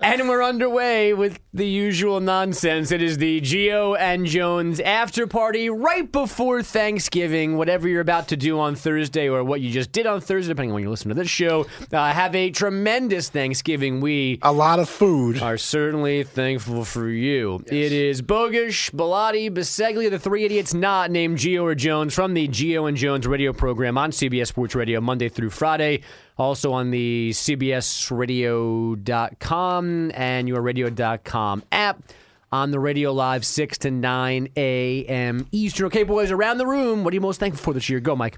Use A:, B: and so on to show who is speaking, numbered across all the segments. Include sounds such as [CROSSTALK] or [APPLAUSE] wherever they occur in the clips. A: And we're underway with the usual nonsense. It is the Geo and Jones after party right before Thanksgiving. Whatever you're about to do on Thursday or what you just did on Thursday, depending on when you listen to this show, uh, have a tremendous Thanksgiving. We
B: A lot of food.
A: are certainly thankful for you. It is Bogish, Bilotti, Biseglia, the three idiots not named Geo or Jones from the Geo and Jones radio program on CBS Sports Radio Monday through Friday. Also on the CBSRadio.com and yourradio.com app. On the radio live 6 to 9 a.m. Eastern. Okay, boys, around the room, what are you most thankful for this year? Go,
B: [LAUGHS]
A: Mike.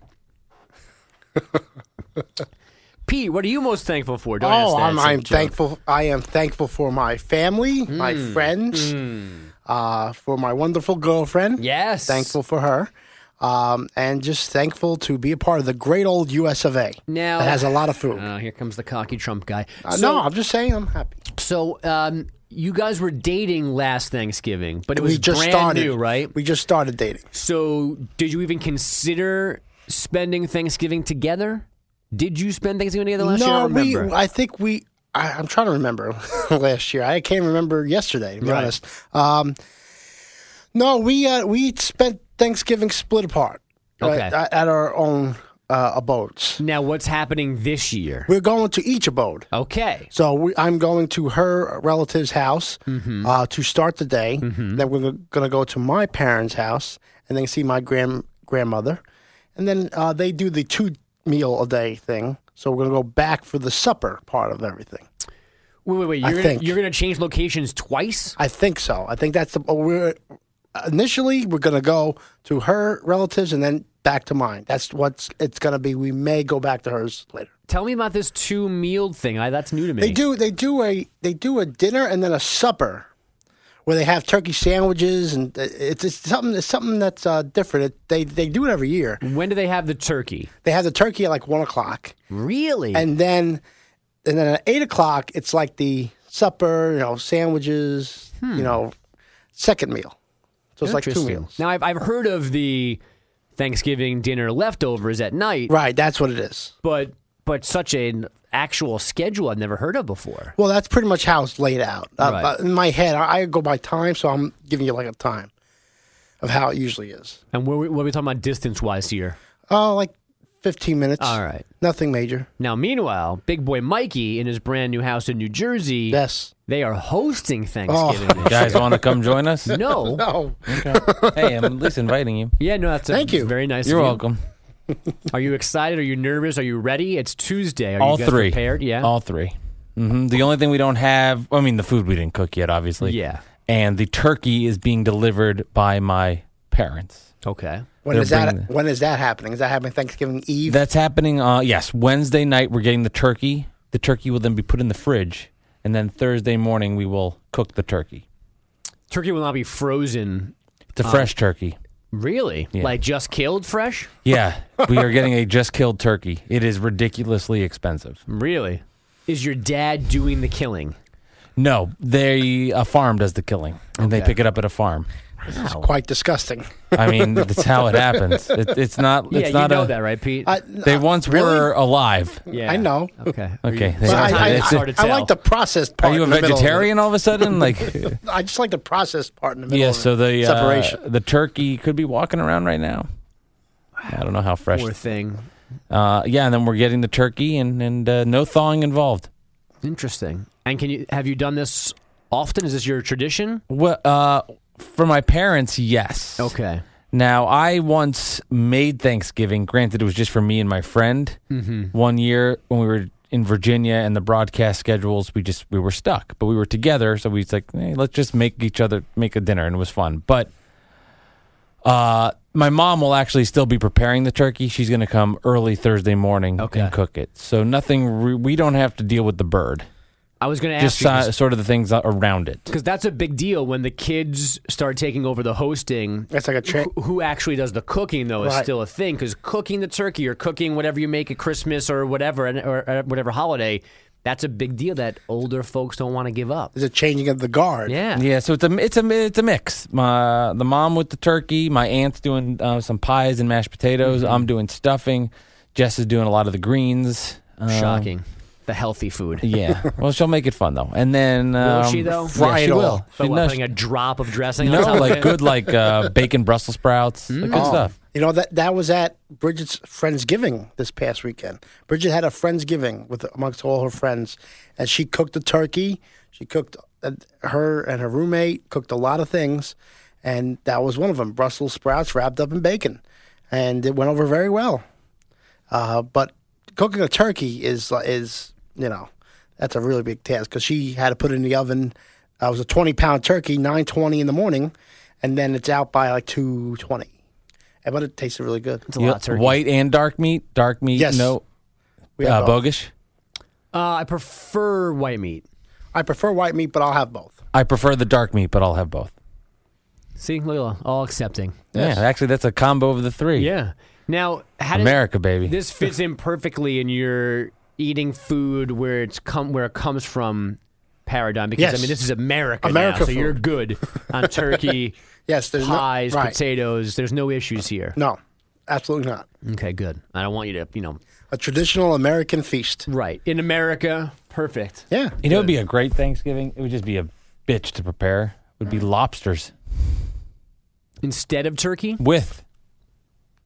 A: Pete, what are you most thankful for? Don't ask
B: oh,
A: that.
B: I'm,
A: It's a
B: I'm
A: joke.
B: thankful. I am thankful for my family, my
A: Hmm.
B: friends, uh, for my wonderful girlfriend.
A: Yes.
B: Thankful for her. Um, and just thankful to be a part of the great old US of A
A: Now-
B: that has a lot of food.
A: Oh, here comes the cocky Trump guy.
B: Uh,
A: so,
B: no, I'm just saying I'm happy.
A: so um, you guys were dating last Thanksgiving, but it was
B: We just
A: brand
B: started,
A: new, right?
B: We just started dating.
A: So, did you even consider spending Thanksgiving together? Did you spend Thanksgiving together last year? I
B: no,
A: don't
B: we.
A: remember.
B: I think we. I, I'm trying to remember [LAUGHS] last year. I can't remember yesterday. To be
A: Right.
B: honest. Um, no, we uh, we spent Thanksgiving split apart. right,
A: Okay.
B: at, at our own uh, abodes.
A: now, what's happening this year?
B: We're going to each abode.
A: Okay.
B: So we, I'm going to her relative's house uh, to start the day. Then we're going to go to my parents' house and then see my grand grandmother. And then uh, they do the two meal a day thing. So we're going to go back for the supper part of everything.
A: Wait, wait, wait.
B: I
A: You're gonna,
B: think.
A: you're gonna change locations twice?
B: I think so. I think that's the. oh, We're initially we're going to go to her relatives and then back to mine. That's what's it's going to be. We may go back to hers later.
A: Tell me about this two meal thing. I, that's new to me.
B: They do. They do a. They do a dinner and then a supper, where they have turkey sandwiches and uh, it's, it's something. It's something that's uh, different. It, they they do it every year.
A: When do they have the turkey?
B: They have the turkey at like one o'clock,
A: Really?
B: and then and then at eight o'clock it's like the supper. You know, sandwiches. You know, second meal. So it's like two
A: Hmm. Interesting.
B: meals.
A: Now, I've, I've heard of the Thanksgiving dinner leftovers at night.
B: Right, that's what it is.
A: but but such an actual schedule I've never heard of before.
B: Well, that's pretty much how it's laid out. Uh,
A: Right.
B: uh, in my head, I, I go by time, so I'm giving you like a time of how it usually is.
A: And we're, what are we talking about distance wise here?
B: Oh, like 15 minutes.
A: All right.
B: Nothing major.
A: Now, meanwhile, big boy Mikey in his brand new house in New Jersey,
B: Yes.
A: they are hosting
B: Oh.
A: Thanksgiving.
B: [LAUGHS]
A: this
C: guys want to come
A: [LAUGHS]
C: join us?
A: year. No.
B: No.
C: Hey, I'm at least inviting you.
A: Yeah, no, that's a-
B: Thank you.
A: Very nice.
C: You're
A: of you.
C: welcome.
A: Are you excited? Are you nervous? Are you ready? It's Tuesday. Are
C: All
A: you guys
C: three.
A: prepared? Yeah.
C: All 3 Mm-hmm. The only thing we don't have, I mean, the food we didn't cook yet, obviously.
A: Yeah.
C: And the turkey is being delivered by my parents.
A: okay.
B: When
C: They're
B: is that?
C: bringing the-
B: When is that happening? Is that happening Thanksgiving Eve?
C: That's happening. Uh, yes, Wednesday night we're getting the turkey. The turkey will then be put in the fridge, and then Thursday morning we will cook the turkey.
A: Turkey will not be frozen.
C: It's
A: Uh.
C: a fresh turkey.
A: Really?
C: Yeah.
A: Like just killed fresh?
C: Yeah, we are getting a just killed turkey. It is ridiculously expensive.
A: Really? Is your dad doing the killing?
C: No, they a farm does the killing, and they pick it up at a farm.
B: quite disgusting.
C: I mean, that's how it happens. It, it's not.
A: Yeah,
C: It's
A: you
C: not
A: know
C: a,
A: that, right, Pete?
B: I,
C: They once
B: Really?
C: were alive.
A: yeah.
B: I know.
A: Okay.
C: Okay,
B: but
C: Sometimes
B: I, I,
C: it's hard
A: to
B: I
A: tell.
B: like the processed part.
C: Are you a
B: in the middle of it.
C: vegetarian all of
B: [LAUGHS]
C: a sudden? Like,
B: I just like the processed part in the middle.
C: yeah.
B: of it.
C: So the uh,
B: separation.
C: the turkey could be walking around right now. I don't know how fresh.
A: Poor thing.
C: Uh, yeah, and then we're getting the turkey, and and uh, no thawing involved.
A: Interesting. And can you have you done this often? Is this your tradition?
C: Well, uh, for my parents, yes.
A: Okay.
C: Now, I once made Thanksgiving. Granted, it was just for me and my friend.
A: Mm-hmm.
C: One year when we were in Virginia and the broadcast schedules, we just we were stuck, but we were together, so we was like, hey, let's just make each other make a dinner, and it was fun. But uh, my mom will actually still be preparing the turkey. She's going to come early Thursday morning
A: Okay.
C: and cook it. So nothing. Re- we don't have to deal with the bird.
A: I was going to ask
C: Just
A: you
C: si- sort of the things around it.
A: because that's a big deal when the kids start taking over the hosting.
B: That's like a tra-
A: Who- Who actually does the cooking though is
B: Right.
A: still a thing because cooking the turkey or cooking whatever you make at Christmas or whatever and- or uh, whatever holiday, that's a big deal that older folks don't want to give up.
B: is a changing of the guard.
A: Yeah.
C: Yeah, so it's a it's a it's a mix. My the mom with the turkey, my aunt's doing uh, some pies Mm-hmm. and mashed potatoes. I'm doing stuffing. Jess is doing a lot of the greens. Um,
A: Shocking. the healthy food.
C: [LAUGHS] Yeah. well, she'll make it fun though. And then um,
A: Will she, though?
C: yeah,
B: Fry it
C: she
B: all.
C: will.
A: So
C: She-
A: what,
C: no,
A: putting a drop of dressing
C: [LAUGHS] no,
A: on top of
C: like
A: it?
C: good like uh, bacon Brussels sprouts, like good stuff.
B: Oh. You know that that was at Bridget's friendsgiving this past weekend. Bridget had a friendsgiving with amongst all her friends, and she cooked the turkey. She cooked uh, her and her roommate cooked a lot of things, and that was one of them: Brussels sprouts wrapped up in bacon, and it went over very well. Uh, but cooking a turkey is is you know that's a really big task because she had to put it in the oven. Uh, it was a twenty pound turkey, nine twenty in the morning, and then it's out by like two twenty. But it tasted really good.
A: It's a
C: You-
A: lot of turkey.
C: White and dark meat, dark meat.
B: Yes.
C: No,
B: We
C: uh,
B: have both.
C: bogus.
A: Uh, I prefer white meat.
B: I prefer white meat, but I'll have both.
C: I prefer the dark meat, but I'll have both.
A: See, look at all, all accepting.
C: Yeah, actually, that's a combo of the three.
A: Yeah. Now, how does
C: America, baby.
A: this fits in perfectly in your eating food where it's come where it comes from paradigm? Because I
B: Yes.
A: mean, this is America, now,
B: America
A: so you're
B: food.
A: good [LAUGHS] on turkey,
B: Yes, there's
A: pies,
B: no, right.
A: potatoes. There's no issues here.
B: No, absolutely not.
A: Okay, good. I don't want you to, you know,
B: A traditional American feast.
A: right in America, perfect.
B: Yeah,
C: you know, it'd be a great Thanksgiving. It would just be a bitch to prepare. Would
B: Mm-hmm.
C: be lobsters
A: Instead of turkey,
C: with,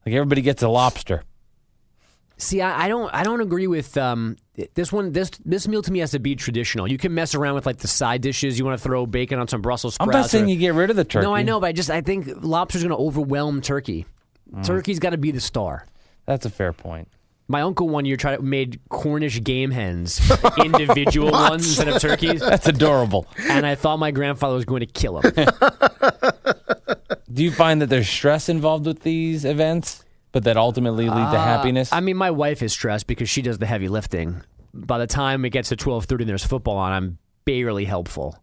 C: like everybody gets a lobster.
A: See, I, I don't, I don't agree with um, th- this one. This this meal to me has to be traditional. You can mess around with like the side dishes. You want to throw bacon on some Brussels
C: I'm
A: sprouts.
C: not saying
A: or-
C: you get rid of the turkey.
A: No, I know, but I just I think lobster's going to overwhelm turkey.
C: Mm-hmm.
A: Turkey's got to be the star.
C: That's a fair point.
A: My uncle one year tried made Cornish game
C: [LAUGHS]
A: hens, individual ones instead of turkeys,
C: That's
A: [LAUGHS]
C: adorable.
A: and I thought my grandfather was going to kill
C: [LAUGHS]
A: him.
C: Do you find that there's stress involved with these events, but that ultimately lead
A: Uh,
C: to happiness?
A: I mean, my wife is stressed because she does the heavy lifting. By the time it gets to twelve thirty and there's football on, I'm barely
C: Oh.
A: helpful.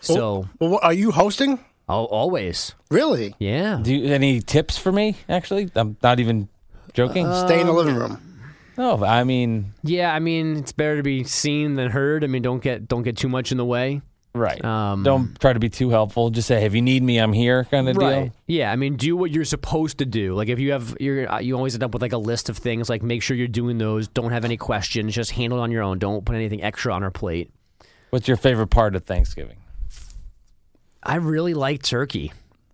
A: So,
B: Well, what, are you hosting?
A: I'll always,
B: Really?
A: yeah.
C: Do you, any tips for me? Actually, I'm not even joking.
A: Uh,
B: Stay
A: Um,
B: in the living room.
C: no, I mean,
A: Yeah, I mean it's better to be seen than heard. I mean don't get don't get too much in the way.
C: right.
A: Um,
C: Don't try to be too helpful. Just say, "If you need me, I'm here," kind of deal.
A: Yeah, I mean do what you're supposed to do. Like if you have you're uh, you always end up with like a list of things. Like make sure you're doing those. Don't have any questions. Just handle it on your own. Don't put anything extra on her plate.
C: What's your favorite part of Thanksgiving?
A: I really like turkey.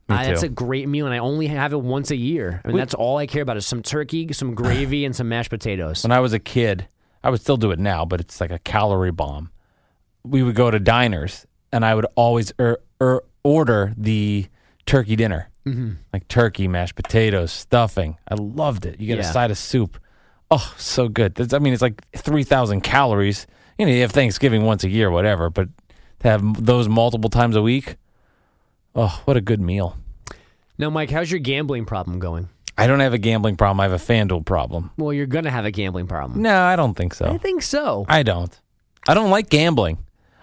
A: I,
C: too.
A: that's a great meal, and I only have it once a year. I mean, that's all I care about is some turkey, some gravy, and some mashed [SIGHS] potatoes.
C: When I was a kid, I would still do it now, but it's like a calorie bomb. We would go to diners, and I would always er, er, order the turkey dinner, mm-hmm. like turkey, mashed potatoes, stuffing. I loved it. You get
A: Yeah.
C: a side of soup. Oh, so good. That's, I mean, it's like three thousand calories. You know, you have Thanksgiving once a year, whatever, but to have those multiple times a week, oh, what a good meal.
A: Now, Mike, how's your gambling problem going?
C: I don't have a gambling problem. I have a FanDuel problem.
A: Well, you're gonna have a gambling problem.
C: No, I don't think so.
A: I think so.
C: I don't. I don't like gambling.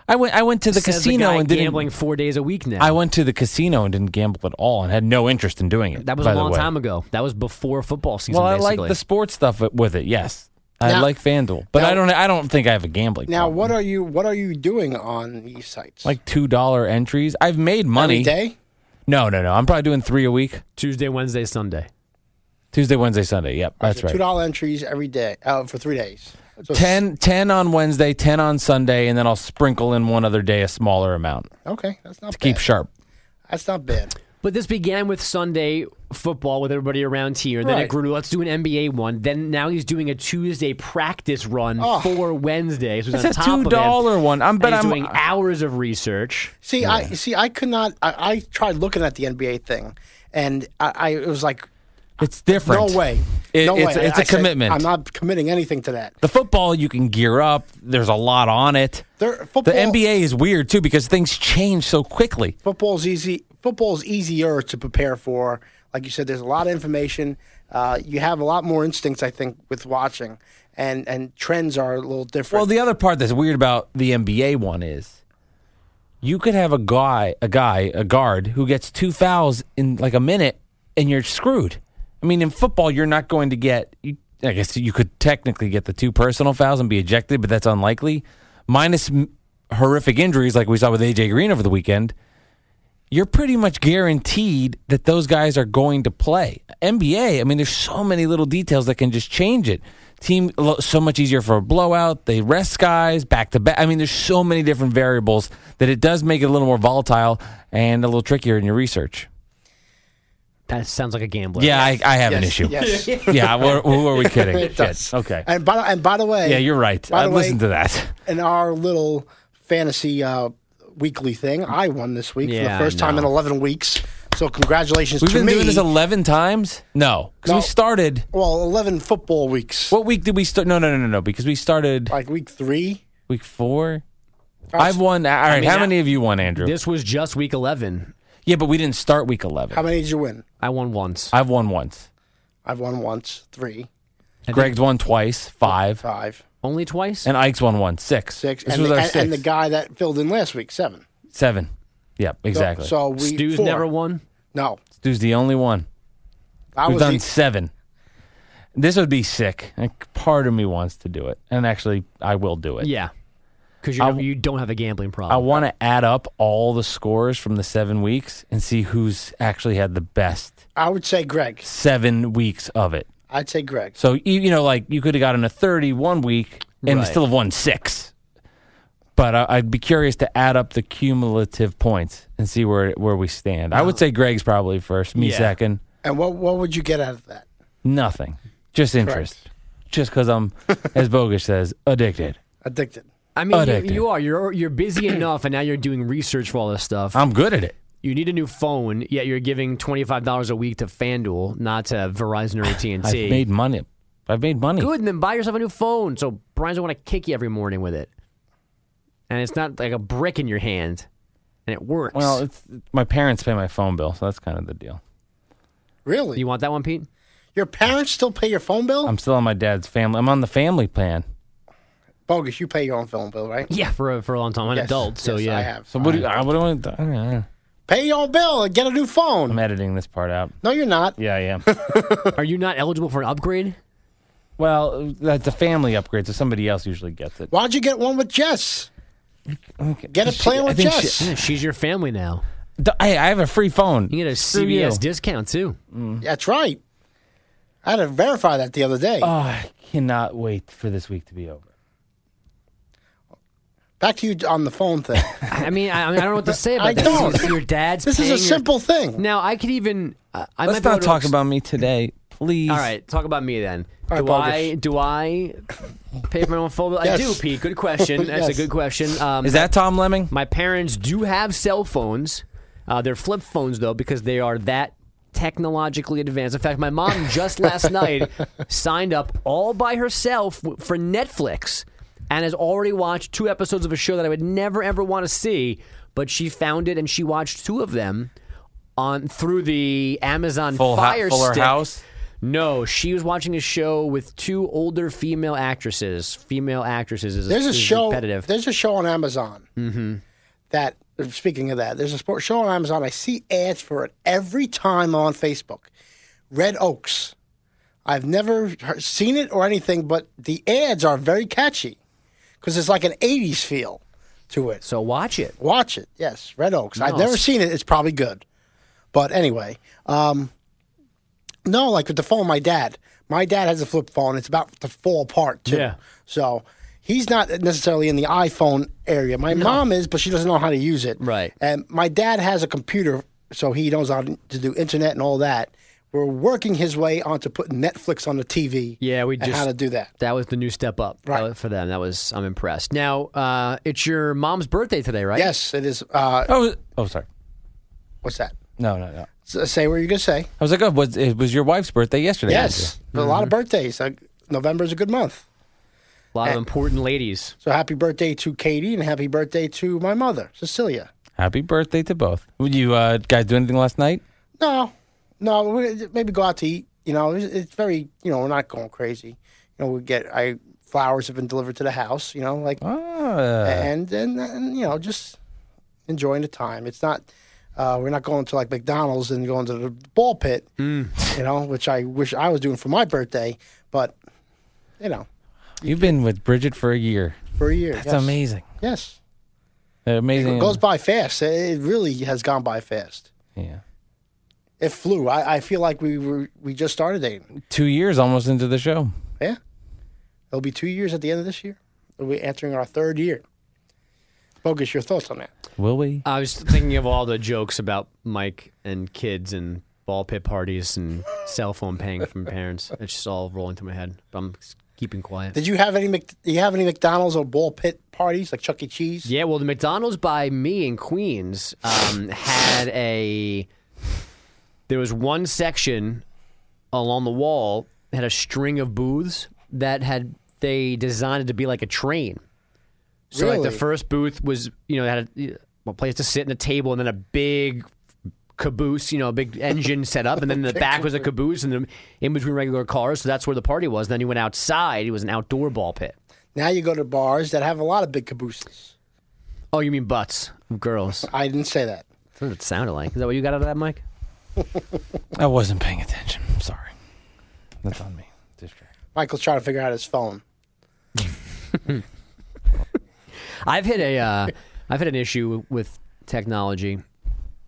C: I went. I went to the
A: Says
C: casino
A: guy
C: and didn't.
A: gambling four days a week now.
C: I went to the casino and didn't gamble at all, and had no interest in doing it.
A: That was
C: by
A: a
C: the
A: long
C: way.
A: time ago. That was before football season.
C: Well, I
A: basically.
C: like the sports stuff with it. Yes, I
B: Now-
C: like FanDuel, but I
B: now-
C: don't. I don't think I have a gambling.
B: Now,
C: problem.
B: what are you? What are you doing on these sites?
C: Like two dollar entries. I've made
B: every
C: money.
B: day?
C: No, no, no. I'm probably doing three a week.
A: Tuesday, Wednesday, Sunday.
C: Tuesday, Wednesday, Sunday. Yep, that's
B: Two
C: right.
B: dollar entries every day uh, for three days. So,
C: 10, 10 on Wednesday, ten on Sunday, and then I'll sprinkle in one other day a smaller amount.
B: Okay, that's not
C: Keep
B: bad.
C: sharp.
B: that's not bad.
A: But this began with Sunday football with everybody around here. Then it
B: Right.
A: grew to let's do an NBA one. Then now he's doing a Tuesday practice run
B: Oh.
A: for Wednesday. So he's
C: That's
A: on
C: a
A: top
C: two dollar
A: of it.
C: one. I'm but
A: and he's
C: I'm
A: doing hours of research.
B: See, I see. I could not. I, I tried looking at the NBA thing, and I, I it was like,
C: It's different.
B: no way.
C: It-
B: no
C: it's-
B: way.
C: it's
B: a
C: a commitment.
B: I'm not committing anything to that.
C: The football you can gear up. There's a lot on it.
B: There, football,
C: The NBA is weird too because things change so quickly.
B: football's easy. Football's easier to prepare for. Like you said, there's a lot of information. Uh, you have a lot more instincts, I think, with watching, and and trends are a little different.
C: Well, the other part that's weird about the NBA one is you could have a guy, a guy, a guard who gets two fouls in like a minute, and you're screwed. I mean, in football, you're not going to get. You, I guess you could technically get the two personal fouls and be ejected, but that's unlikely. Minus m- horrific injuries like we saw with AJ Green over the weekend, you're pretty much guaranteed that those guys are going to play. NBA, I mean, there's so many little details that can just change it. Team lo- so much easier for a blowout. They rest guys back to back. I mean, there's so many different variables that it does make it a little more volatile and a little trickier in your research.
A: That sounds like a gambler.
C: Yeah, I, I have an
B: Yes,
C: issue.
B: yes.
C: [LAUGHS] Yeah, wh- who are we kidding?
B: [LAUGHS] It
C: Shit.
B: does.
C: Okay.
B: And by, and by the way,
C: Yeah, you're right.
B: By
C: I
B: the
C: listened
B: way-
C: to that.
B: in our little fantasy uh, weekly thing, I won this week for
A: Yeah,
B: the first time
A: no.
B: in 11 weeks. So congratulations
C: We've
B: to
C: been
B: me.
C: doing this 11 times? No. Because
B: No.
C: we started.
B: well, 11 football weeks.
C: What week did we start? No, no, no, no, no. Because we started
B: like week three.
C: week four. I've won. All right.
A: mean,
C: how
A: I-
C: many of you won, Andrew?
A: This was just week 11.
C: yeah, but we didn't start week 11.
B: How many did you win?
A: I won once.
C: I've won once.
B: I've won once, three,
C: Greg's won twice, five.
B: five,
A: Only twice?
C: And Ike's won one, six.
B: six,
C: This
B: and,
C: was
B: the,
C: our
B: and,
C: sixth.
B: and the guy that filled in last week, seven.
C: Seven. Yeah, exactly. So,
B: So, so we
A: Stu's
B: four.
A: never won.
B: No,
C: Stu's the only one.
B: I
C: We've
B: was
C: done
B: the,
C: seven. This would be sick. And part of me wants to do it. And actually, I will do it.
A: Yeah. Because
C: I-
A: you don't have a gambling
C: I
A: problem.
C: want to add up all the scores from the seven weeks and see who's actually had the best
B: I would say Greg.
C: seven weeks of it.
B: I'd say Greg.
C: So e, you, you know, like you could have gotten a thirty one week and
A: Right.
C: still have won six. But I, I'd be curious to add up the cumulative points and see where where we stand. I would say Greg's probably first, me
A: Oh. Yeah.
C: second.
B: And what what would you get out of that?
C: Nothing, just interest, Just just
A: [LAUGHS]
C: because I'm, as Bogus says, addicted.
B: Addicted.
A: I mean,
C: Addicted.
A: you, you are. You're, you're busy enough, and now you're doing research for all this stuff.
C: I'm good at it.
A: you need a new phone, yet you're giving $25 a week to FanDuel, not to Verizon or AT&T.
C: I've made money. I've made money.
A: good, and then buy yourself a new phone. So Brian's gonna want to kick you every morning with it, and it's not like a brick in your hand, and it works.
C: Well, it's, my parents pay my phone bill, so that's kind of the deal.
B: Really?
A: you want that one, Pete?
B: Your parents still pay your phone bill?
C: I'm still on my dad's family. I'm on the family plan.
B: Bogus, you pay your own phone bill, right?
A: Yeah, for a, for a long time, I'm an
B: Yes,
A: adult, so
B: yes,
A: yeah.
B: I have.
C: So what do you? I, what do I, I don't know.
B: Pay your own bill and get a new
C: I'm
B: phone.
C: editing this part out.
B: No, you're not.
C: Yeah, I am.
A: Are you not eligible for an upgrade?
C: well, that's a family upgrade, so somebody else usually gets it.
B: Why'd you get one with Jess?
C: Okay.
B: Get a
C: She-
B: plan
C: I
B: with
C: think she-
B: Jess.
A: Yeah, she's your family now.
C: D- Hey, I have a free phone.
A: You get a
C: Screw
A: CVS
C: you.
A: discount too.
B: That's right. I had to verify that the other day.
C: Oh, I cannot wait for this week to be over.
B: Back to you on the phone thing.
A: I mean, I, I don't know what to say about
B: I
A: this.
B: don't.
A: This is Your dad's.
B: This is
A: paying
B: a
A: your-
B: simple thing.
A: Now I could even. Uh, I might
C: Let's
A: be able
C: not
A: to
C: talk
A: ex-
C: about me
A: [LAUGHS]
C: today, please.
A: All right, talk about me then.
B: right,
A: do
B: Bogus.
A: I do I pay for my own phone bill? I do,
B: Yes.
A: Pete. Good
C: [LAUGHS]
A: question. That's a
B: Yes.
A: good question. Um,
C: Is that Tom Lemming?
A: My parents do have cell phones. Uh, they're flip phones though because they are that technologically advanced. In fact, my
C: [LAUGHS]
A: mom just last night signed up all by herself w- for Netflix and has already watched two episodes of a show that I would never ever want to see, but she found it and she watched two of them on through the Amazon
C: Full Ho-
A: Fire
C: Fuller
A: Stick.
C: House?
A: No, she was watching a show with two older female actresses. Female actresses is
B: There's a
A: is
B: show.
A: repetitive. Mm-hmm.
B: There's a show on Amazon. That speaking of that, there's a sports show on Amazon. I see ads for it every time on Facebook. Red Oaks. I've never he- seen it or anything, but the ads are very catchy because it's like an '80s feel to it.
A: so watch it.
B: Watch it. Yes, Red Oaks. I've
A: No,
B: never
A: it's-
B: seen it. It's probably good. But anyway, um, no, like with the phone, my dad. My dad has a flip phone. It's about to fall apart, too.
A: Yeah.
B: So he's not necessarily in the iPhone area. My mom is, but she doesn't know how to use it.
A: Right.
B: And my dad has a computer, so he knows how to do internet and all that. We're working his way onto putting Netflix on the TV.
A: Yeah, we
B: and
A: just-
B: how to do that.
A: That was the new step up
B: Right.
A: uh, for them. That was I'm impressed. Now uh, it's your mom's birthday today, right?
B: Yes, it is. Uh,
C: Oh, oh, sorry.
B: what's that?
C: No, no, no.
B: S- Say what you're gonna say.
C: I was like, oh, was it was your wife's birthday yesterday?
B: Yes, a lot of birthdays. Like, November is a good month.
A: A lot of important ladies.
B: So happy birthday to Katie and happy birthday to my mother, Cecilia.
C: Happy birthday to both. Would you uh, guys do anything last night?
B: No, no, we- maybe go out to eat. You know, it's, it's very, you know, we're not going crazy. You know, we get I flowers have been delivered to the house. You know, like
A: Uh,
C: Ah,
B: and, and and you know just enjoying the time. It's not. Uh, we're not going to like McDonald's and going to the ball pit, you know, which I wish I was doing for my birthday, but you know,
C: you've been with Bridget for a year.
B: for a year.
C: That's
B: yes.
C: amazing.
B: Yes.
C: They're amazing.
B: It goes by fast. It really has gone by fast.
C: yeah.
B: It flew. I, I feel like we were we just started dating.
C: Two years almost into the show.
B: Yeah, it'll be two years at the end of this year. We're entering our third year. Bogus, your thoughts on that?
C: Will we?
A: I was thinking of all the jokes about Mike and kids and ball pit parties and cell phone paying from parents. It's just all rolling through my head. But I'm s- keeping quiet.
B: Did you have any? Mc- Do you have any McDonald's or ball pit parties like Chuck E. Cheese?
A: Yeah, well, the McDonald's by me in Queens um, had a. There was one section along the wall had a string of booths that had they designed it to be like a train. So like the
B: Really?
A: first booth was you know it had a, a place to sit and a table and then a big caboose, you know, a big engine set up, and then the back was a caboose and then in between regular cars. So that's where the party was. Then he went outside. It was an outdoor ball pit.
B: Now you go to bars that have a lot of big cabooses.
A: Oh, you mean butts of girls?
B: I didn't say that.
A: That's what it sounded like. Is that what you got out of that, Mike?
C: I wasn't paying attention. I'm sorry. That's on me. Distract.
B: Michael's trying to figure out his phone.
A: I've hit a, uh, I've hit an issue with technology,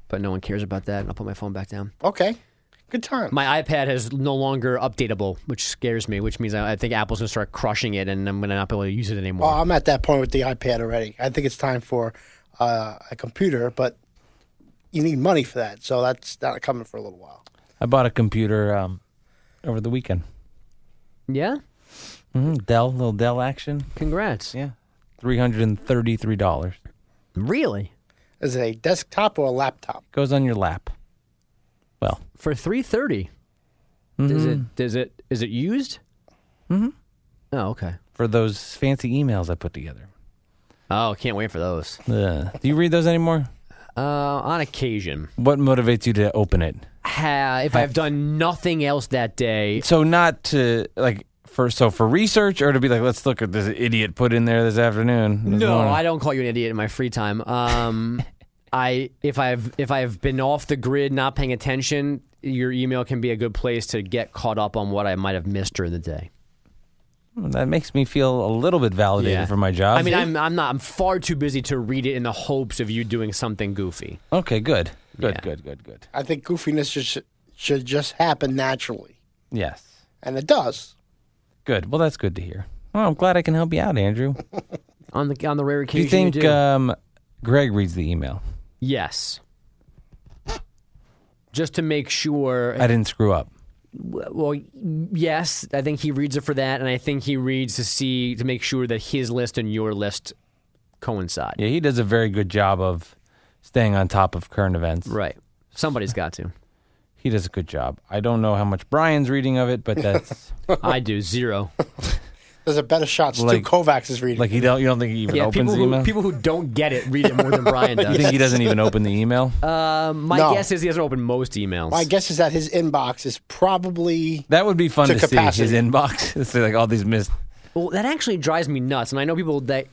A: but no one cares about that. And I'll put my phone back down.
B: Okay, good time.
A: My iPad is no longer updatable, which scares me. Which means I, I think Apple's gonna start crushing it, and I'm gonna not be able to use it anymore.
B: Well, I'm at that point with the iPad already. I think it's time for uh, a computer, but you need money for that, so that's not coming for a little while.
C: I bought a computer um, over the weekend.
A: yeah,
C: hmm Dell, little Dell action.
A: congrats.
C: Yeah. $333.
A: Really,
B: Is it a desktop or a laptop?
C: Goes on your lap. Well,
A: for three Is it? Does it? Is it used? Mm-hmm. Oh, okay.
C: for those fancy emails I put together.
A: Oh, can't wait for those.
C: Uh, do you read those anymore?
A: Uh, on occasion,
C: What motivates you to open it?
A: ha, if I've done nothing else that day,
C: So not to like for so for research or to be like let's look at this idiot put in there this afternoon. this
A: No,
C: morning.
A: I don't call you an idiot in my free time.
C: [LAUGHS]
A: Um, I if I've if I've been off the grid, not paying attention, your email can be a good place to get caught up on what I might have missed during the day.
C: that makes me feel a little bit validated for my job.
A: I mean, I'm I'm not. I'm far too busy to read it in the hopes of you doing something goofy.
C: okay, good, good,
A: Yeah.
C: good, good, good.
B: I think goofiness just, should just happen naturally,
C: Yes,
B: and it does.
C: good. Well, that's good to hear. Well, I'm glad I can help you out, [LAUGHS] Andrew.
A: On the on the rare
C: Do
A: occasion
C: you think
A: do.
C: um, Greg reads the email?
A: yes. Just to make sure,
C: I didn't screw up.
A: well, yes, I think he reads it for that, and I think he reads to see to make sure that his list and your list coincide.
C: Yeah, he does a very good job of staying on top of current events.
A: Right. Somebody's got [LAUGHS] to.
C: He does a good job. I don't know how much Brian's reading of it, but [LAUGHS] that's
A: I do zero.
B: There's a better shot. Stu
C: Like-
B: Kovacs is reading.
C: like he don't. You don't think he even
A: Yeah,
C: opens
A: people
C: the
A: who,
C: email?
A: people who don't get it read it more [LAUGHS] than Brian
C: you
A: does.
C: think he doesn't even open the [LAUGHS] email?
A: Um, my
B: No.
A: guess is he doesn't open most emails.
B: My guess is that his inbox is probably
C: That would be fun
B: To
C: to, see his
B: capacity.
C: [LAUGHS] inbox. to see like all these missed.
A: well, that actually drives me nuts, and I know people that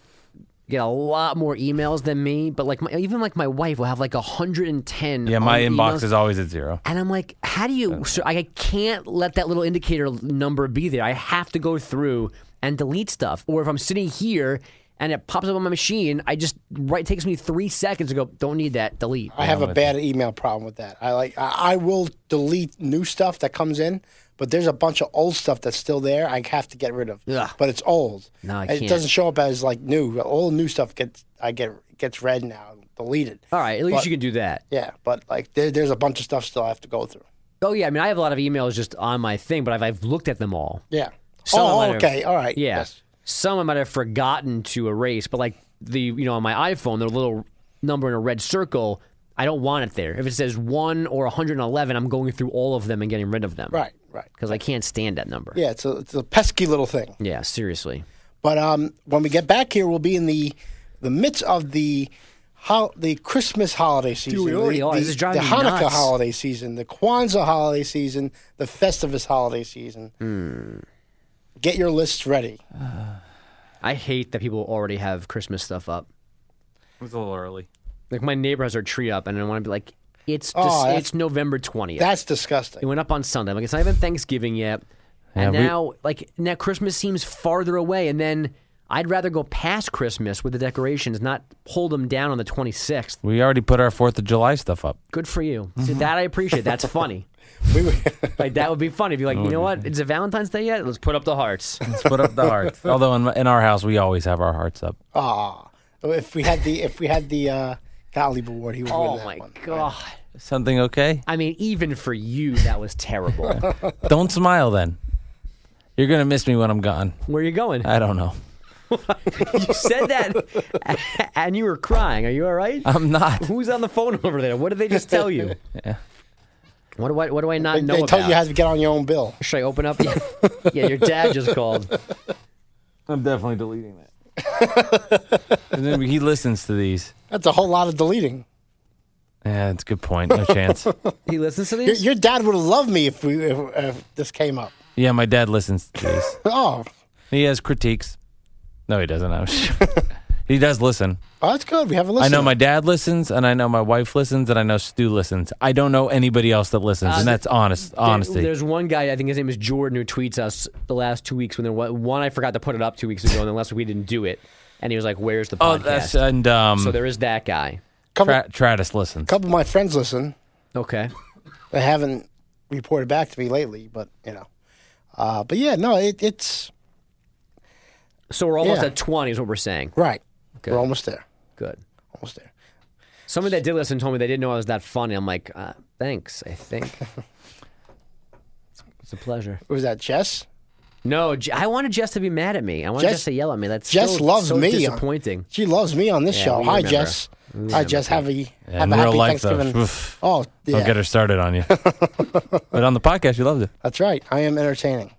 A: get a lot more emails than me. But like, my, even like my wife will have like hundred and ten.
C: Yeah, my inbox is always at zero.
A: And I'm like, how do you? So I can't let that little indicator number be there. I have to go through and delete stuff. Or if I'm sitting here and it pops up on my machine, I just right it takes me three seconds to go. Don't need that. Delete.
B: I have a bad email problem with that. I like I, I will delete new stuff that comes in, but there's a bunch of old stuff that's still there. I have to get rid of.
A: Ugh.
B: But it's old.
A: No, I
B: And It
A: can't.
B: doesn't show up as like new. All new stuff gets I get gets read now, deleted.
A: All right, at least
B: But-
A: you can do that.
B: Yeah, but like there, there's a bunch of stuff still I have to go through.
A: Oh yeah, I mean I have a lot of emails just on my thing, but I've, I've looked at them all.
B: Yeah.
A: Some I might
B: oh,
A: have-
B: okay. All right.
A: Yeah,
B: Yes.
A: some I might have forgotten to erase, but like the you know on my iPhone, the little number in a red circle, I don't want it there. If it says one or 111, I'm going through all of them and getting rid of them.
B: Right. Right.
A: because I can't stand that number.
B: Yeah. It's a, it's a pesky little thing.
A: Yeah, seriously.
B: But um, when we get back here, we'll be in the the midst of the hol- the Christmas holiday season,
A: we already
B: the,
A: are.
B: the-
A: This is driving
B: the
A: me
B: Hanukkah
A: nuts.
B: holiday season, the Kwanzaa holiday season, the Festivus holiday season.
A: Hmm.
B: Get your lists ready.
A: I hate that people already have Christmas stuff up.
C: It was a little early.
A: Like my neighbor has her tree up, and I want to be like, it's
B: Oh,
A: just,
B: that's-
A: it's November 20th.
B: That's
A: It
B: disgusting.
A: went up on Sunday. I'm like, it's not even Thanksgiving yet.
C: Yeah,
A: and
C: we-
A: now, like, now Christmas seems farther away. And then I'd rather go past Christmas with the decorations, not pull them down on the 26th.
C: We already put our Fourth of July stuff up.
A: Good for you. See, that I appreciate. That's funny.
B: We were,
A: Like that would be funny if you're like, you know what? Is it Valentine's Day yet? Let's put up the hearts.
C: Let's put up the hearts. [LAUGHS] Although in, in our house we always have our hearts up.
B: [LAUGHS] aw. if we had the if we had the uh, Gottlieb Award, he would win
A: Oh
B: that
A: my
B: one.
A: god!
C: Something okay?
A: I mean, even for you, that was terrible.
C: Don't smile then. You're gonna miss me when I'm gone.
A: Where are you going?
C: I don't know.
A: You said that, and you were crying. Are you all right?
C: I'm not.
A: Who's on the phone over there? What did they just tell you?
C: Um, Yeah.
A: What do I? What do I not
B: They,
A: know
B: they
A: about?
B: told you how to get on your own bill.
A: Should I open up? Yeah. yeah, your dad just called.
C: I'm definitely deleting that. [LAUGHS] and then he listens to these.
B: That's a whole lot of deleting.
C: Yeah, that's a good point. No [LAUGHS] chance.
A: He listens to
B: Your,
A: these.
B: your dad would have loved me if we if, if this came up.
C: Yeah, my dad listens to these.
B: Oh,
C: He has critiques. No, he doesn't. I'm sure. [LAUGHS] he does listen.
B: oh that's good. We have a
C: I
B: list.
C: know my dad listens, and I know my wife listens, and I know Stu listens. I don't know anybody else that listens, and that's honest
A: Uh, There-
C: honesty.
A: There's one guy, I think his name is Jordan, who tweets us the last two weeks when there was one I forgot to put it up two weeks ago, and the last week we didn't do it. And he was like, Where's the
C: oh,
A: podcast?
C: that's and um,
A: so there is that guy.
B: couple,
C: Tra- Travis listens.
B: couple of my friends listen.
A: Okay.
B: They haven't reported back to me lately, but you know. Uh, but yeah, no, it, it's
A: So we're almost
B: Yeah.
A: at 20 is what we're saying.
B: right.
A: Okay.
B: We're almost there.
A: Good.
B: Almost there.
A: Someone that did listen told me they didn't know I was that funny. I'm like, uh, thanks, I think. it's a pleasure.
B: Was that Jess?
A: No, J- I wanted Jess to be mad at me. I wanted
B: Jess-
A: Jess, to yell at me. That's
B: Jess
A: so,
B: loves
A: so
B: me.
A: disappointing.
B: She loves me on this show.
A: we
B: Hi,
A: remember.
B: Jess. Hi, Jess. Have a
C: Yeah,
B: have
C: in
B: a
C: real
B: happy
C: life, though,
B: Thanksgiving.
C: oof.
B: Oh, yeah.
C: Don't get her
A: [LAUGHS]
C: started on you. but on the podcast, you loved it.
B: That's right. I am entertaining.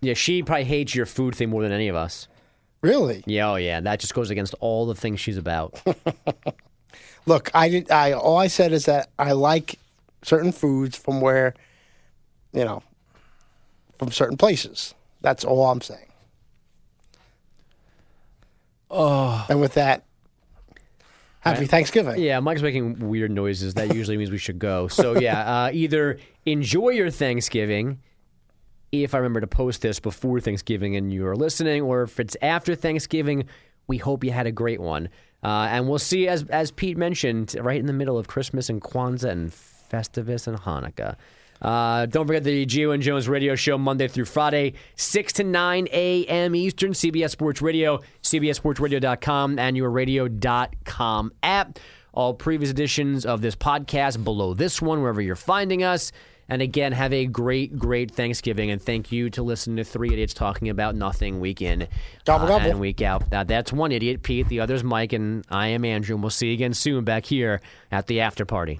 A: Yeah, she probably hates your food thing more than any of us.
B: Really?
A: Yeah, oh yeah, that just goes against all the things she's about.
B: Look, I did. I all I said is that I like certain foods from where, you know, from certain places. That's all I'm saying. Oh. And with that, happy Thanksgiving.
A: yeah, Mike's making weird noises. That usually means we should go. So yeah, uh, either enjoy your Thanksgiving, if I remember to post this before Thanksgiving and you're listening, or if it's after Thanksgiving, we hope you had a great one. Uh, and we'll see, as as Pete mentioned, right in the middle of Christmas and Kwanzaa and Festivus and Hanukkah. Uh, don't forget the Geo and Jones radio show Monday through Friday, 6 to 9 a.m. Eastern, CBS Sports Radio, CBSSportsRadio.com, and your radio.com app. All previous editions of this podcast below this one, wherever you're finding us. And again, have a great, great Thanksgiving. And thank you to listen to three idiots talking about nothing week in
B: Gobble,
A: uh,
B: gobble.
A: and week out. Now, that's one idiot, Pete. The other's Mike. And I am Andrew. And we'll see you again soon back here at the after party.